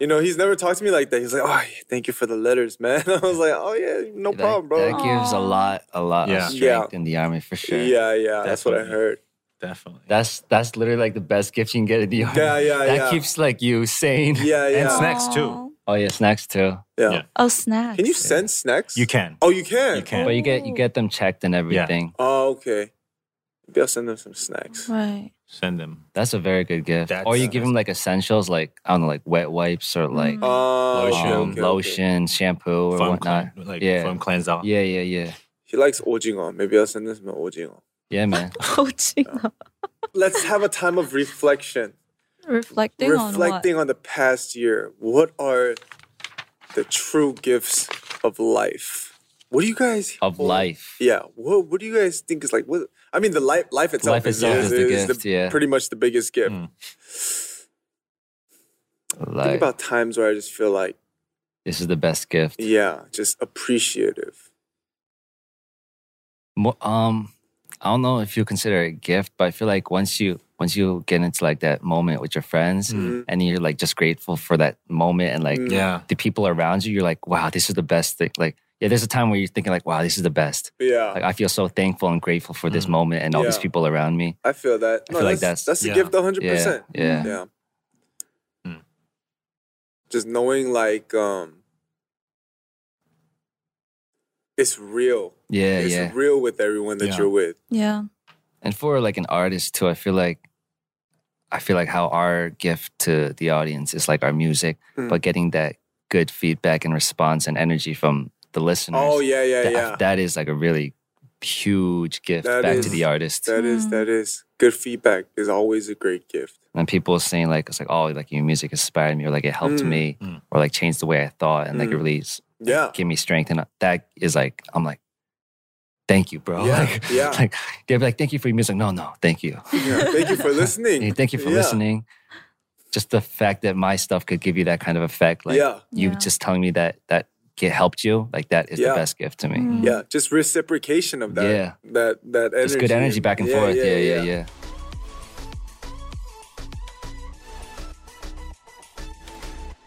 S2: you know, he's never talked to me like that. He's like, Oh yeah, thank you for the letters, man. I was like, Oh yeah, no
S4: that,
S2: problem, bro.
S4: that gives a
S1: Aw.
S4: lot, a lot
S3: Yeah.
S4: of
S2: Yeah.
S4: strength in the army for sure.
S2: Yeah, yeah. That's what I
S3: Definitely.
S2: heard.
S3: Definitely.
S4: That's that's literally like the best gift you can get in the army.
S2: Yeah, yeah,
S4: That
S2: yeah.
S4: keeps like you sane.
S2: Yeah, yeah.
S3: And snacks too.
S1: Oh.
S4: Oh yeah, snacks too.
S2: Yeah.
S3: Yeah.
S1: Oh, snacks.
S2: Can you send snacks?
S3: You can.
S2: Oh, you can.
S3: You can.
S4: But you get you
S1: Ooh.
S4: get them checked and everything.
S2: Oh, okay. Maybe I'll send them some snacks.
S1: Right.
S3: Send them.
S4: That's a very good gift.
S3: That's-
S4: or you give them like essentials, like I don't know, like wet wipes or like
S2: Oh,
S3: Lotion.
S2: okay,
S4: um,
S2: okay, okay.
S4: lotion, shampoo, or
S3: Foam
S4: whatnot.
S3: clean, like
S4: yeah.
S3: foam cleanser.
S4: Yeah, yeah, yeah,
S2: He likes 오징어. Maybe I'll send him some 오징어.
S4: yeah, man.
S1: Oh, Gina.
S2: Let's have a time of reflection.
S1: Reflecting,
S2: Reflecting on, the past year. What are the true gifts of life? What do you guys
S4: Of
S2: hold-
S4: life.
S2: Yeah. What What do you guys think is like? What I mean, the life life itself,
S4: Life itself is the gift, yeah.
S2: pretty much the biggest gift.
S3: Mm.
S2: Think
S4: Like
S2: about times where I just feel like,
S4: this is the best gift.
S2: yeah, just appreciative.
S4: Mo- Um, I don't know if you consider it a gift, but I feel like once you once you get into like that moment with your friends,
S2: Mhm.
S4: and you're like just grateful for that moment, and like
S2: Mm.
S3: Yeah.
S4: the people around you, you're like, wow, this is the best thing. Like, yeah, there's a time where you're thinking like, wow, this is the best.
S2: Yeah.
S4: Like, I feel so thankful and grateful for this
S3: Mm.
S4: moment and all these
S2: Yeah.
S4: people around me.
S2: I feel that.
S4: I feel like
S2: that's that's
S4: that's-
S2: a
S3: yeah.
S2: gift, one hundred
S4: Yeah,
S2: percent.
S4: yeah,
S2: Yeah.
S3: Mm.
S2: Just knowing like um, it's real.
S4: yeah,
S2: it's
S4: yeah.
S2: real with everyone that
S3: Yeah.
S2: you're with.
S1: Yeah.
S4: And for like an artist too, I feel like I feel like how our gift to the audience is like our music,
S2: Mm.
S4: but getting that good feedback and response and energy from the listeners.
S2: Oh yeah, yeah,
S4: that,
S2: yeah.
S4: that is like a really huge gift
S2: That
S4: back
S2: is-
S4: to the artist.
S2: That is
S1: Mm.
S2: that is good feedback is always a great gift.
S4: and people saying like it's like oh like your music inspired me or like it helped
S2: Mm.
S4: me
S3: Mm.
S4: or like changed the way I thought and like it
S2: Mm.
S4: really s-
S2: Yeah.
S4: gave me strength and that is like I'm like thank you bro
S2: Yeah,
S4: like
S2: yeah.
S4: like they'll be like thank you for your music no no thank you
S2: Yeah, Thank you for listening.
S4: Hey, thank you for
S2: Yeah.
S4: listening just the fact that my stuff could give you that kind of effect like
S2: yeah.
S4: you
S1: Yeah.
S4: just telling me that that it helped you like that is
S2: Yeah.
S4: the best gift to me
S1: Mm.
S2: Yeah. Just reciprocation of that.
S4: Yeah.
S2: That that energy.
S4: it's good energy back and forth yeah yeah, yeah.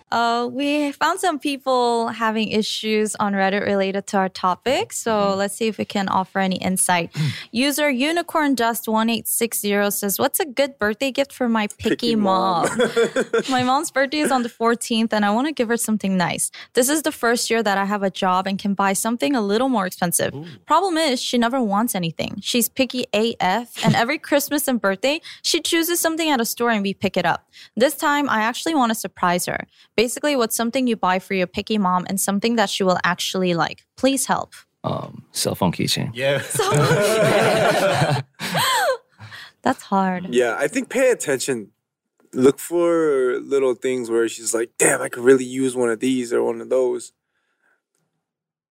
S1: Uh, we found some people having issues on Reddit related to our topic. So let's see if we can offer any insight. User Unicorn Dust 1860 says, What's a good birthday gift for my picky, mom? my mom's birthday is on the 14th, and I want to give her something nice. This is the first year that I have a job and can buy something a little more expensive. Problem is, she never wants anything. She's picky AF, and every Christmas and birthday, she chooses something at a store and we pick it up. This time, I actually want to surprise her. Basically, what's something you buy for your picky mom and something that she will actually like? Please help.
S4: um cell phone keychain
S3: Yeah.
S1: That's hard.
S2: yeah. I think pay attention. Look for little things where she's like, damn, I could really use one of these or one of those.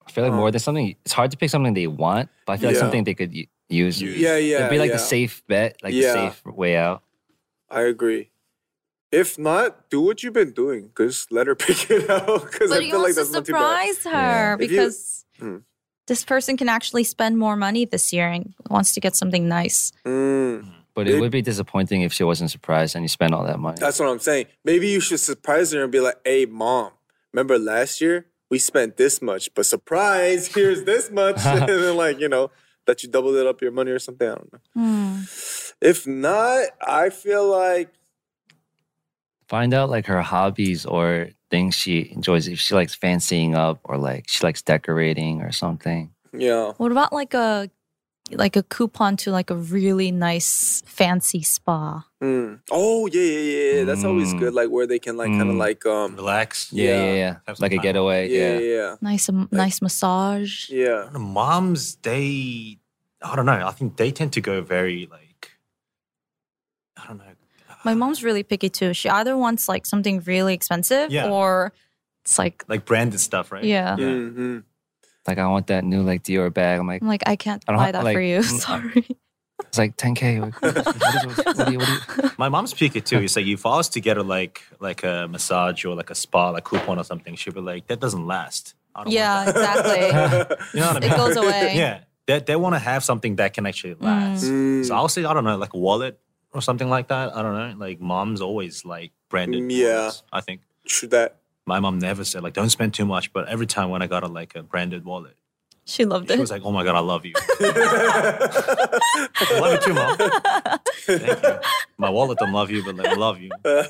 S4: I feel like more than something, it's hard to pick something they want, but I feel
S2: Um,
S4: like
S2: Yeah.
S4: something they could u- use.
S3: Use.
S2: Yeah, yeah.
S4: It'd be like
S2: yeah.
S4: the safe bet, like
S2: Yeah.
S4: the safe way out.
S2: I agree. If not, do what you've been doing. Just let her pick it out. Because
S1: But
S2: I
S1: he
S2: feel
S1: wants
S2: like that's
S1: to
S2: not too bad.
S1: surprise her
S4: Yeah.
S2: If you-
S1: because
S2: Hmm.
S1: this person can actually spend more money this year and wants to get something nice.
S2: Mm,
S4: But it
S2: It-
S4: would be disappointing if she wasn't surprised and you spent all that money.
S2: that's what I'm saying. Maybe you should surprise her and be like, "Hey, mom, remember last year we spent this much, but surprise, here's this much," and then like you know that you doubled it up your money or something. I don't know.
S1: Hmm.
S2: If not, I feel like
S4: Find out like her hobbies or things she enjoys. If she likes fancying up or like she likes decorating or something.
S2: yeah,
S1: What about like a like a coupon to like a really nice fancy spa?
S2: mm. oh yeah, yeah, yeah, yeah. That's always
S4: Mm.
S2: good. Like where they can like kind of
S4: Mm.
S2: like um,
S3: Relax.
S4: Yeah, yeah,
S2: Yeah.
S4: yeah.
S3: Have some
S4: Like a
S3: time.
S4: getaway.
S2: yeah,
S4: Yeah.
S2: yeah,
S1: Nice, um, nice massage.
S2: yeah, yeah.
S3: The moms, they, I don't know. I think they tend to go very like, I don't know.
S1: My mom's really picky too. She either wants like something really expensive
S3: Yeah.
S1: or it's like
S3: like branded stuff, right?
S1: Yeah.
S2: Mhm.
S4: Like I want that new like Dior bag. I'm like,
S1: I'm like I can't
S4: I don't
S1: buy
S4: have-
S1: that
S4: like,
S1: for you.
S4: mm,
S1: Sorry.
S4: it's like 10K. Like, what is- what do you- what do you-
S3: My mom's picky too. It's like if I was to get her like like a massage or like a spa, like coupon or something, she'd be like, that doesn't last. I don't want
S1: Yeah, exactly.
S3: that." You know what I mean?
S1: it goes away.
S3: Yeah. They, they want to have something that can actually last.
S2: Mm.
S3: So I'll say, I don't know, like a wallet or something like that. I don't know. Like mom's always like branded.
S2: Mm, yeah.
S3: wallets, I think
S2: True that.
S3: my mom never said like don't spend too much, but every time when I got a like a branded wallet,
S1: She loved
S3: she
S1: it.
S3: was like, "Oh my god, I love you. I love you too, mom. Thank you. My wallet don't love you, but like, I love you." Yeah,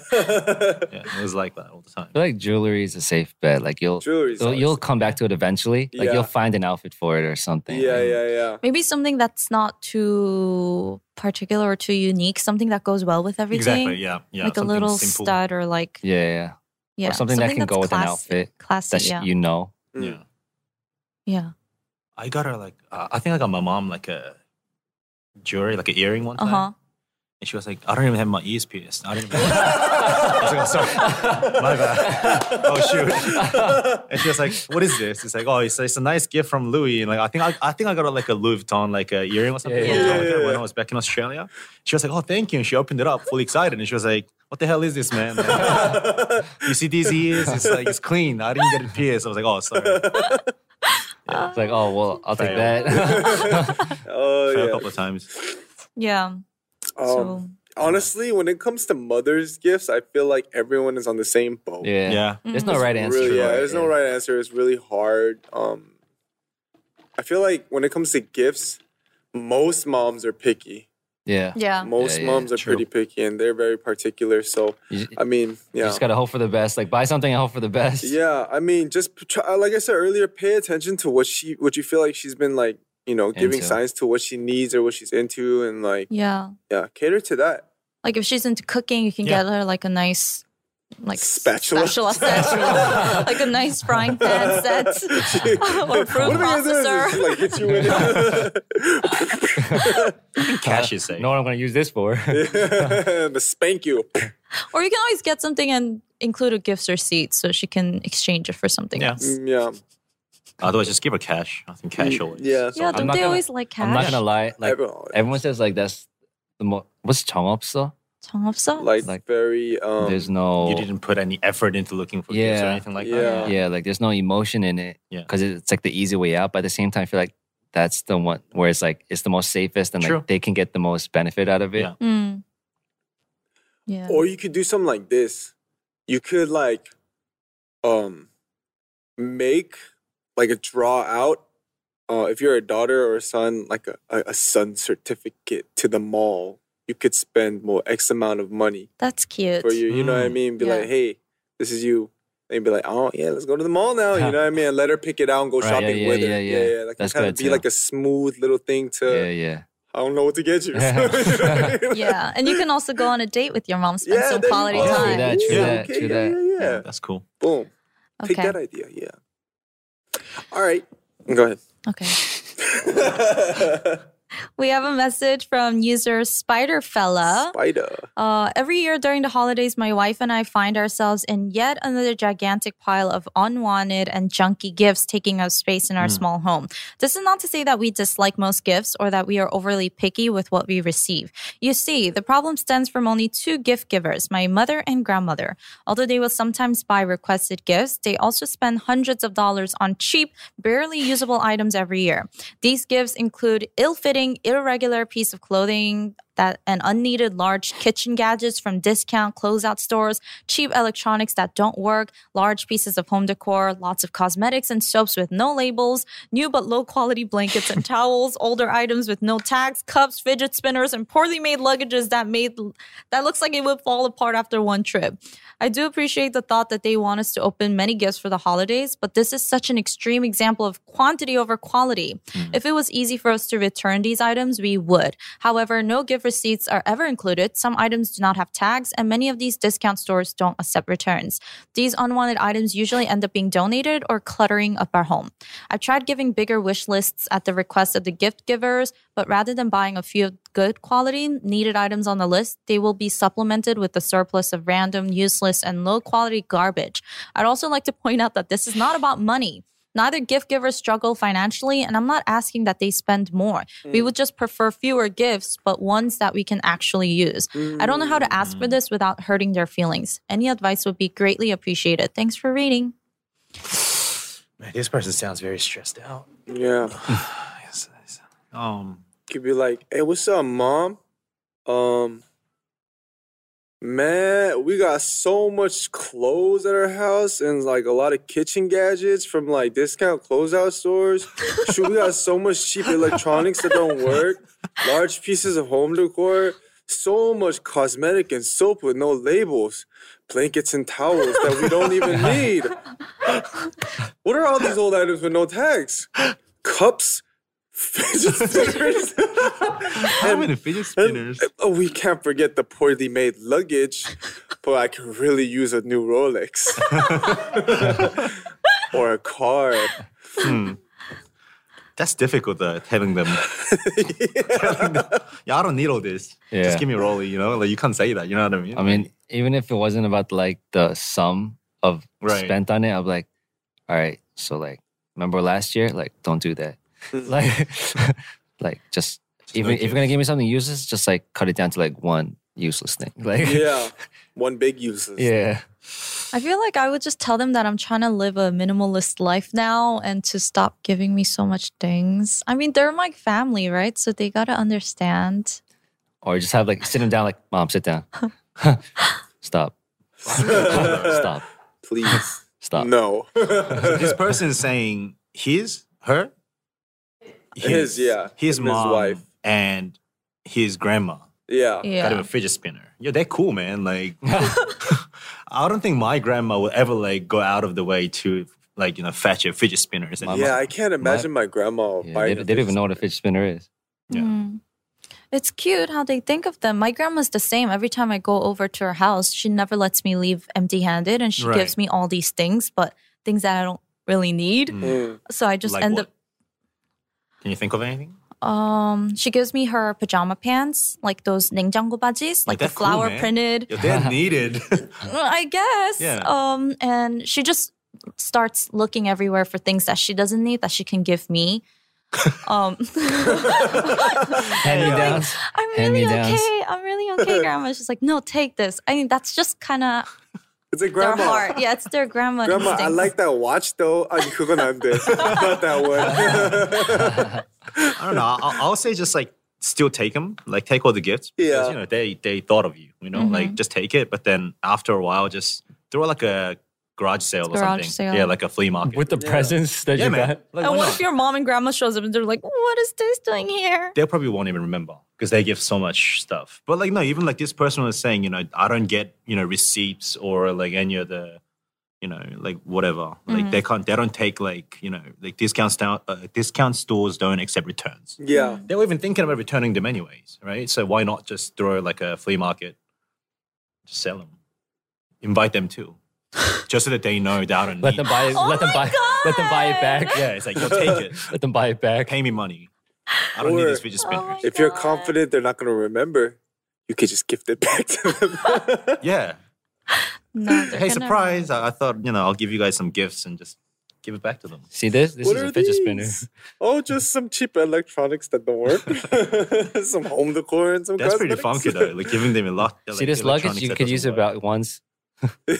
S3: it was like that all the time.
S4: I feel like jewelry is a safe bet. Like you'll
S2: Jewelry's
S4: you'll,
S2: always-
S4: you'll come back to it eventually. Like
S2: Yeah.
S4: you'll find an outfit for it or something.
S2: Yeah,
S4: Like,
S2: yeah, yeah.
S1: Maybe something that's not too particular or too unique, something that goes well with everything.
S3: Exactly. Yeah. Yeah.
S1: like a
S3: something
S1: little
S3: simple.
S1: stud or like
S4: Yeah, yeah.
S1: yeah,
S4: or something, that can
S1: that's
S4: go with an
S1: classy-
S4: outfit
S1: Classy,
S4: that sh-
S1: yeah.
S4: you know.
S2: Mm.
S3: Yeah.
S1: yeah.
S3: I got her like uh, I think I got my mom like a jewelry, like an earring one
S1: Uh
S3: time,
S1: huh.
S3: and she was like, "I don't even have my ears pierced. I don't even." I was like, "I'm sorry, my bad. Oh shoot." and she was like, "What is this?" It's like, "Oh, it's, it's a nice gift from Louis." And like, I think I, I think I got her like a Louis Vuitton like a earring or something
S4: Yeah,
S3: Louis
S2: yeah,
S3: Vuitton,
S2: yeah, yeah.
S3: when I was back in Australia. She was like, "Oh, thank you," and she opened it up, fully excited, and she was like. What the hell is this, man? Like, you see these ears? It's like it's clean. I didn't get it pierced. I was like, oh, sorry.
S4: It's like, oh well, I'll take
S3: Fail.
S4: that.
S2: oh
S3: Failed a
S2: yeah.
S3: couple of times.
S1: Yeah.
S2: Um,
S1: so
S2: honestly, when it comes to mothers' gifts, I feel like everyone is on the same boat.
S4: yeah.
S3: Yeah.
S2: mm.
S4: There's no right answer.
S2: Really, yeah.
S4: for it,
S2: There's no right answer. It's really hard. Um, I feel like when it comes to gifts, most moms are picky.
S4: Yeah.
S1: yeah.
S2: Most
S4: Yeah, yeah,
S2: moms are
S3: true.
S2: pretty picky, and they're very particular. So
S4: You, ju-
S2: I mean,
S4: you
S2: yeah.
S4: just gotta hope for the best. Like buy something and hope for the best.
S2: Yeah, I mean, just p- try, uh, like I said earlier, pay attention to what she, what you feel like she's been like, you know, giving
S4: Into.
S2: signs to what she needs or what she's into, and like,
S1: Yeah.
S2: yeah, cater to that.
S1: Like if she's into cooking, you can
S3: Yeah.
S1: get her like a nice like
S2: Spatula.
S1: spatula set, like a nice frying pan set, or fruit
S2: What am I gonna do?
S1: processor.
S2: Like hit you in
S3: Cash is
S4: You
S3: safe.
S4: know what I'm gonna use this for?
S2: it. the spank you.
S1: Or you can always get something and include a gift receipt so she can exchange it for something
S3: Yeah.
S1: else.
S2: Mm, Yeah.
S3: Otherwise, just give her cash. I think cash always.
S2: Mm, Yeah.
S1: Yeah, don't
S4: not
S1: they
S4: gonna-
S1: always like cash?
S4: I'm not gonna lie. Like
S2: Everyone-
S4: everyone says, like that's the most. What's chongopsa?
S1: Tongopsa?
S2: like,
S4: Like,
S2: very um
S4: There's no.
S3: You didn't put any effort into looking for gifts or
S4: Yeah.
S3: anything like
S2: Yeah.
S3: that.
S4: yeah, like there's no emotion in it.
S3: Yeah.
S4: because it's like the easy way out. But at the same time, I feel like that's the one where it's like it's the most safest and
S3: True.
S4: like they can get the most benefit out of it.
S3: Yeah.
S1: Mm. Yeah.
S2: Or you could do something like this. You could like um make like a draw out uh if you're a daughter or a son, like a, a, a son certificate to the mall. You could spend more X amount of money
S1: That's cute.
S2: for you. You know what I
S3: Mm.
S2: mean? Be like,
S1: Yeah.
S2: hey, this is you. And be like, oh yeah, let's go to the mall now. You know what I mean? And let her pick it out and go
S4: Right, yeah,
S2: shopping
S4: yeah,
S2: with her.
S4: yeah, yeah.
S2: Like
S4: That's
S2: kind of
S4: good
S2: be
S4: too.
S2: like a smooth little thing to.
S4: yeah, yeah.
S2: I don't know what to get you. You know what I mean?
S1: yeah, and you can also go on a date with your mom, spend
S2: Yeah,
S1: some
S2: there you
S1: quality
S2: go.
S4: Oh,
S1: time.
S4: true that, true
S2: Ooh,
S4: that,
S2: okay,
S4: true
S2: yeah,
S4: that.
S2: yeah, yeah.
S3: That's cool.
S2: Boom.
S1: Okay.
S2: Take that idea. Yeah. All right. Go ahead.
S1: Okay. We have a message from user Spiderfella.
S2: Spider.
S1: Uh, every year during the holidays, my wife and I find ourselves in yet another gigantic pile of unwanted and junky gifts taking up space in our small home. This is not to say that we dislike most gifts or that we are overly picky with what we receive. You see, the problem stems from only two gift givers, my mother and grandmother. Although they will sometimes buy requested gifts, they also spend hundreds of dollars on cheap, barely usable items every year. These gifts include ill-fitting, irregular piece of clothing, that and unneeded large kitchen gadgets from discount closeout stores, cheap electronics that don't work, large pieces of home decor, lots of cosmetics and soaps with no labels, new but low quality blankets and towels, older items with no tags, cups, fidget spinners, and poorly made luggages that made that looks like it would fall apart after one trip. I do appreciate the thought that they want us to open many gifts for the holidays, but this is such an extreme example of quantity over quality. If it was easy for us to return these items, we would. However, no gift receipts are ever included. Some items do not have tags, and many of these discount stores don't accept returns. These unwanted items usually end up being donated or cluttering up our home. I tried giving bigger wish lists at the request of the gift givers, but rather than buying a few good quality needed items on the list, they will be supplemented with the surplus of random, useless, and low quality garbage. I'd also like to point out that this is not about money. Neither gift givers struggle financially, and I'm not asking that they spend more. We would just prefer fewer gifts, but ones that we can actually use. I don't know how
S2: Mm,
S1: to ask for this without hurting their feelings. Any advice would be greatly appreciated. Thanks for reading.
S3: Man, this person sounds very stressed out.
S2: Yeah.
S3: Yes, yes. Um,
S2: Could be like, hey, what's up, mom? Um, man, we got so much clothes at our house and like a lot of kitchen gadgets from like discount closeout stores. Shoot, we got so much cheap electronics that don't work, large pieces of home decor, so much cosmetic and soap with no labels, blankets and towels that we don't even need. What are all these old items with no tags? Cups, fidget spinners.
S3: how many fidget spinners?
S2: Oh, we can't forget the poorly made luggage, but I can really use a new Rolex or a car.
S3: Hmm. That's difficult though, telling them. telling them, yeah, I don't need all this.
S4: Yeah.
S3: Just give me Rolly, you know? Like you can't say that, you know what I mean?
S4: I mean, even if it wasn't about like the sum of
S3: Right.
S4: spent on it, I'm like, all right, so like, remember last year? Like, don't do that. like, like just, even
S3: no
S4: if you're gonna give me something useless, just like cut it down to like one useless thing. Like,
S2: Yeah, one big useless.
S4: yeah,
S1: I feel like I would just tell them that I'm trying to live a minimalist life now and to stop giving me so much things. I mean, they're my family, right? So they got to understand.
S4: or just have like sit him down. Like, mom, sit down. Stop. Stop.
S2: Please.
S4: Stop.
S2: No.
S3: this person is saying his, her,
S2: His, yeah,
S3: his
S2: and his
S3: mom,
S2: wife.
S3: and his grandma.
S2: yeah.
S3: Got him
S1: Yeah.
S3: a fidget spinner. Yeah, they're cool, man. Like, I don't think my grandma would ever like go out of the way to like you know fetch a fidget spinner.
S4: My
S2: Yeah, I can't imagine my, grandma
S4: Yeah,
S2: buying
S4: they,
S2: a
S4: they don't even know what a fidget spinner is.
S3: Yeah.
S1: Mm. It's cute how they think of them. My grandma's the same. Every time I go over to her house, she never lets me leave empty handed and she
S3: Right.
S1: gives me all these things, but things that I don't really need.
S2: Mm.
S1: So I just
S3: Like
S1: end
S3: what? Can you think of anything?
S1: up. Um, she gives me her pajama pants, like those ninjango bajis, like the
S3: that's cool,
S1: flower
S3: man.
S1: printed.
S3: Yo, they're needed.
S1: Well, I guess.
S3: Yeah.
S1: Um, and she just starts looking everywhere for things that she doesn't need that she can give me. um,
S4: Hand me downs.
S1: I'm
S4: Hand
S1: really
S4: me downs.
S1: okay. I'm really okay, grandma. She's like, no, take this. I mean, that's just kind of
S2: It's a
S1: their
S2: grandma.
S1: heart. Yeah, it's their grandma.
S2: Grandma, I
S1: instincts.
S2: like that watch though. 아니 그건 안 돼. Not that one.
S3: I don't know. I'll, I'll say just like still take them, like take all the gifts. because,
S2: Yeah.
S3: you know they they thought of you. You know, like just take it. But then after a while, just throw like a garage sale or
S1: Garage
S3: something.
S1: sale.
S3: Yeah, like a flea market.
S4: With the presents that
S3: yeah,
S4: you
S3: man.
S4: got.
S3: Like,
S1: And
S3: why
S1: what
S3: not?
S1: if your mom and grandma shows up and they're like, what is this doing here?
S3: they probably won't even remember because they give so much stuff. But like no, even like this person was saying, you know, I don't get you know receipts or like any other, you know, like whatever. Like they can't, they don't take like you know like discount sta- uh, discount stores don't accept returns.
S2: Yeah.
S3: They were even thinking about returning them anyways, right? So why not just throw like a flea market, just sell them, invite them too, just so that they know that I don't
S4: Let
S3: need.
S4: them buy it.
S1: Oh
S4: let them
S1: my
S4: buy. Let them buy it back.
S3: yeah, it's like you'll take it,
S4: Let them buy it back.
S3: pay me money. I don't need
S2: Or-
S3: this fidget
S1: Oh
S3: spinner.
S1: my
S2: If you're
S1: God.
S2: confident they're not gonna remember, you could just gift it back to them.
S4: Oh.
S3: yeah.
S1: No, they're
S3: hey,
S1: gonna-
S3: surprise! I, I thought you know I'll give you guys some gifts and just give it back to them.
S4: See this? This
S2: What
S4: is
S2: are
S4: a fidget spinner.
S2: these? Oh, just some cheap electronics that don't work. some home decor and some
S3: That's pretty funky
S2: cosmetics.
S3: though. Like giving them a lot.
S4: See this luggage? You could use it about once.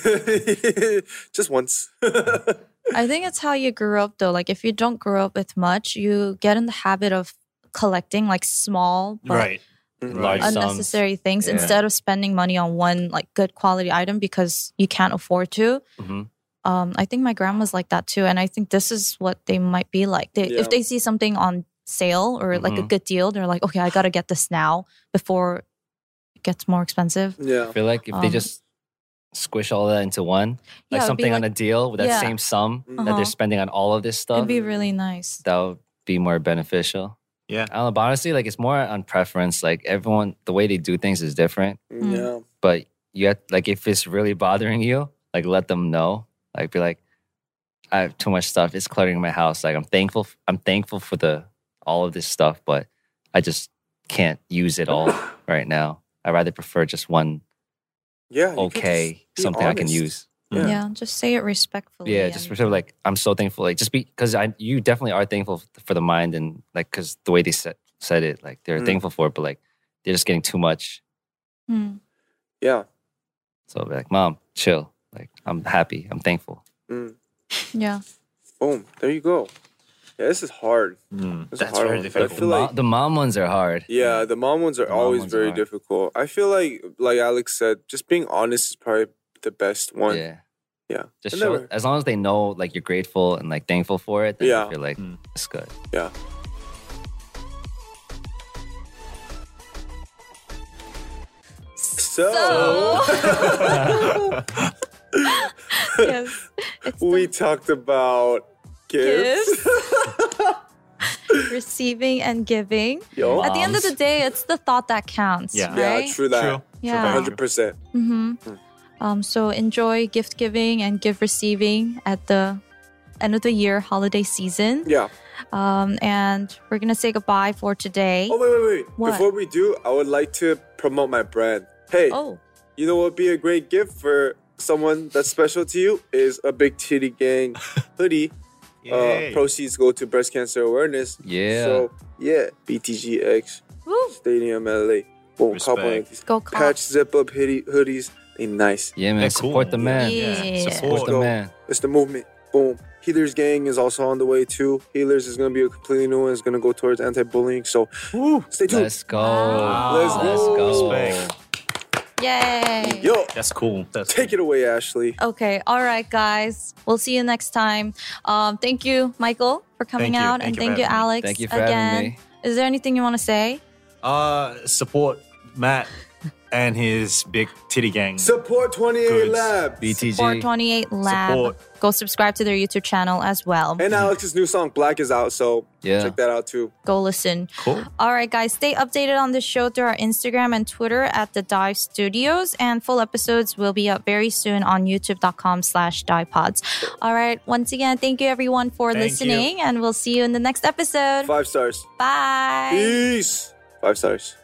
S2: just once.
S1: I think it's how you grew up, though. Like, if you don't grow up with much, you get in the habit of collecting like small but
S3: right.
S4: Large
S3: Right.
S4: sums.
S1: unnecessary things
S4: Yeah.
S1: instead of spending money on one like good quality item because you can't afford to.
S4: Mhm.
S1: Um, I think my grandma's like that too, and I think this is what they might be like. They,
S2: Yeah.
S1: If they see something on sale or like a
S4: Mhm.
S1: good deal, they're like, "Okay, I gotta get this now before it gets more expensive."
S2: Yeah.
S4: I feel like if they
S1: Um,
S4: just squish all that into one,
S1: Yeah,
S4: like
S1: it'd be
S4: something on a
S1: like-
S4: deal with that
S1: yeah.
S4: same sum that
S1: Uh-huh.
S4: they're spending on all of this
S1: It'd
S4: stuff,
S1: be really nice.
S4: that would be more beneficial.
S3: Yeah.
S4: I don't know, but honestly, like it's more on preference. Like everyone, the way they do things is different.
S1: Mm.
S2: Yeah.
S4: But you have, like if it's really bothering you, like let them know. Like be like, I have too much stuff. It's cluttering my house. Like I'm thankful. f- I'm thankful for the all of this stuff, but I just can't use it all right now. I rather prefer just one
S2: Yeah. you could
S4: okay
S2: just be
S4: something I can
S2: honest.
S4: use.
S1: Yeah.
S2: Yeah.
S1: just say it respectfully.
S4: Yeah, just
S1: and-
S4: for sure. Like I'm so thankful. Like just be because I you definitely are thankful f- for the mind and like because the way they said said it, like they're
S2: Mm.
S4: thankful for it, but like they're just getting too much.
S1: Hmm.
S2: Yeah.
S4: So be like, mom, chill. Like I'm happy. I'm thankful.
S1: yeah.
S2: mm, Boom. There you go. Yeah, this is hard.
S3: Mm,
S2: It's
S3: that's
S2: hard
S3: very
S2: one. I
S3: difficult.
S2: feel
S4: Mo-
S2: like-
S4: the mom ones are hard.
S2: Yeah, the mom ones are
S4: The mom
S2: always
S4: ones
S2: very
S4: are.
S2: difficult. I feel like, like Alex said, just being honest is probably the best one.
S4: Yeah.
S2: Yeah.
S4: Just
S2: I
S4: show,
S2: never-
S4: as long as they know like you're grateful and like thankful for it, then
S2: Yeah.
S4: you're like
S3: Mm.
S4: it's good.
S2: Yeah. So,
S1: yes. It's the
S2: we talked about gifts.
S1: gifts. Receiving and giving.
S2: Yo.
S1: At the end of the
S4: Moms.
S1: day, it's the thought that counts.
S3: Yeah.
S2: yeah, Hmm.
S1: Right?
S2: true that.
S1: Yeah.
S3: very
S2: Hundred uh, percent.
S1: Mm-hmm. Um, so enjoy gift giving and gift receiving at the end of the year holiday season.
S2: Yeah.
S1: Um, and we're gonna say goodbye for today.
S2: Oh wait, wait, wait.
S1: What?
S2: Before we do, I would like to promote my brand. Hey,
S1: Oh,
S2: you know what would be a great gift for someone that's special to you is a big titty gang hoodie. Uh,
S3: Yay.
S2: proceeds go to breast cancer awareness.
S4: Yeah.
S2: So yeah, BTGX
S1: woo.
S2: Stadium LA. Boom, cop on
S3: Respect.
S2: these
S1: Go cop.
S2: patch zip up hoodie, hoodies. They nice.
S4: Yeah, man.
S3: They're cool.
S4: Support the man.
S1: Yeah.
S3: Yeah.
S4: Support
S2: Let's
S4: the
S2: go.
S4: man.
S2: It's the movement. Boom. Healers gang is also on the way too. Healers is gonna be a completely new one. It's gonna go towards anti-bullying. So stay tuned.
S4: Let's go.
S3: Oh,
S1: Wow.
S2: Let's go.
S4: Let's go.
S1: Yay.
S2: Yo,
S3: That's cool. That's
S2: take it away, Ashley.
S1: Okay. All right, guys. We'll see you next time. Um, thank you, Michael, for coming
S3: you.
S1: out, and
S3: Thank you
S1: thank
S3: for
S1: you,
S3: having me.
S1: Alex.
S4: Thank you for
S1: again.
S4: having me.
S1: Is there anything you want to say?
S3: Uh, support Matt. and his big titty gang.
S2: Support 28
S3: Goods.
S2: Labs.
S4: BTG.
S1: 428 Lab.
S3: Support.
S1: Go subscribe to their YouTube channel as well.
S2: And Alex's new song Black is out, so
S4: Yeah.
S2: check that out too.
S1: Go listen.
S3: Cool.
S1: All right, guys, stay updated on the show through our Instagram and Twitter at the Dive Studios, and full episodes will be up very soon on youtube.com slash divepods. All right, once again, thank you everyone for
S3: Thank you.
S1: listening, and we'll see you in the next episode.
S2: Five stars.
S1: Bye.
S2: Peace. Five stars.